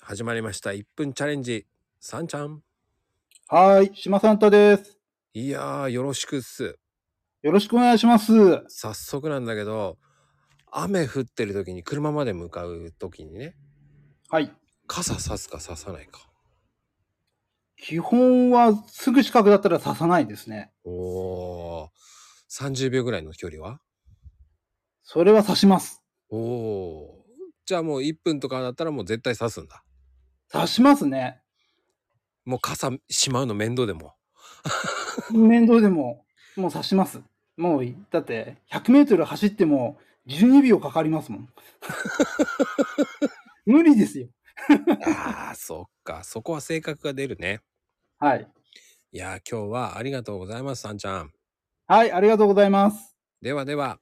始まりました。1分チャレンジ。さんちゃん。はーい、島さんたです。いやー、よろしくっす。よろしくお願いします。早速なんだけど、雨降ってる時に車まで向かう時にね、はい。傘さすかささないか。基本はすぐ近くだったら刺さないですね。おー。30秒ぐらいの距離はそれは刺します。おー。じゃあもう1分とかだったらもう絶対刺すんだ。刺しますね。もう傘しまうの面倒でも。面倒でも、もう刺します。もうい、だって、100メートル走っても12秒かかりますも ん。無理ですよ。ああ、そっか。そこは性格が出るね。はい。いやー、今日はありがとうございます、さんちゃん。はい、ありがとうございます。ではでは。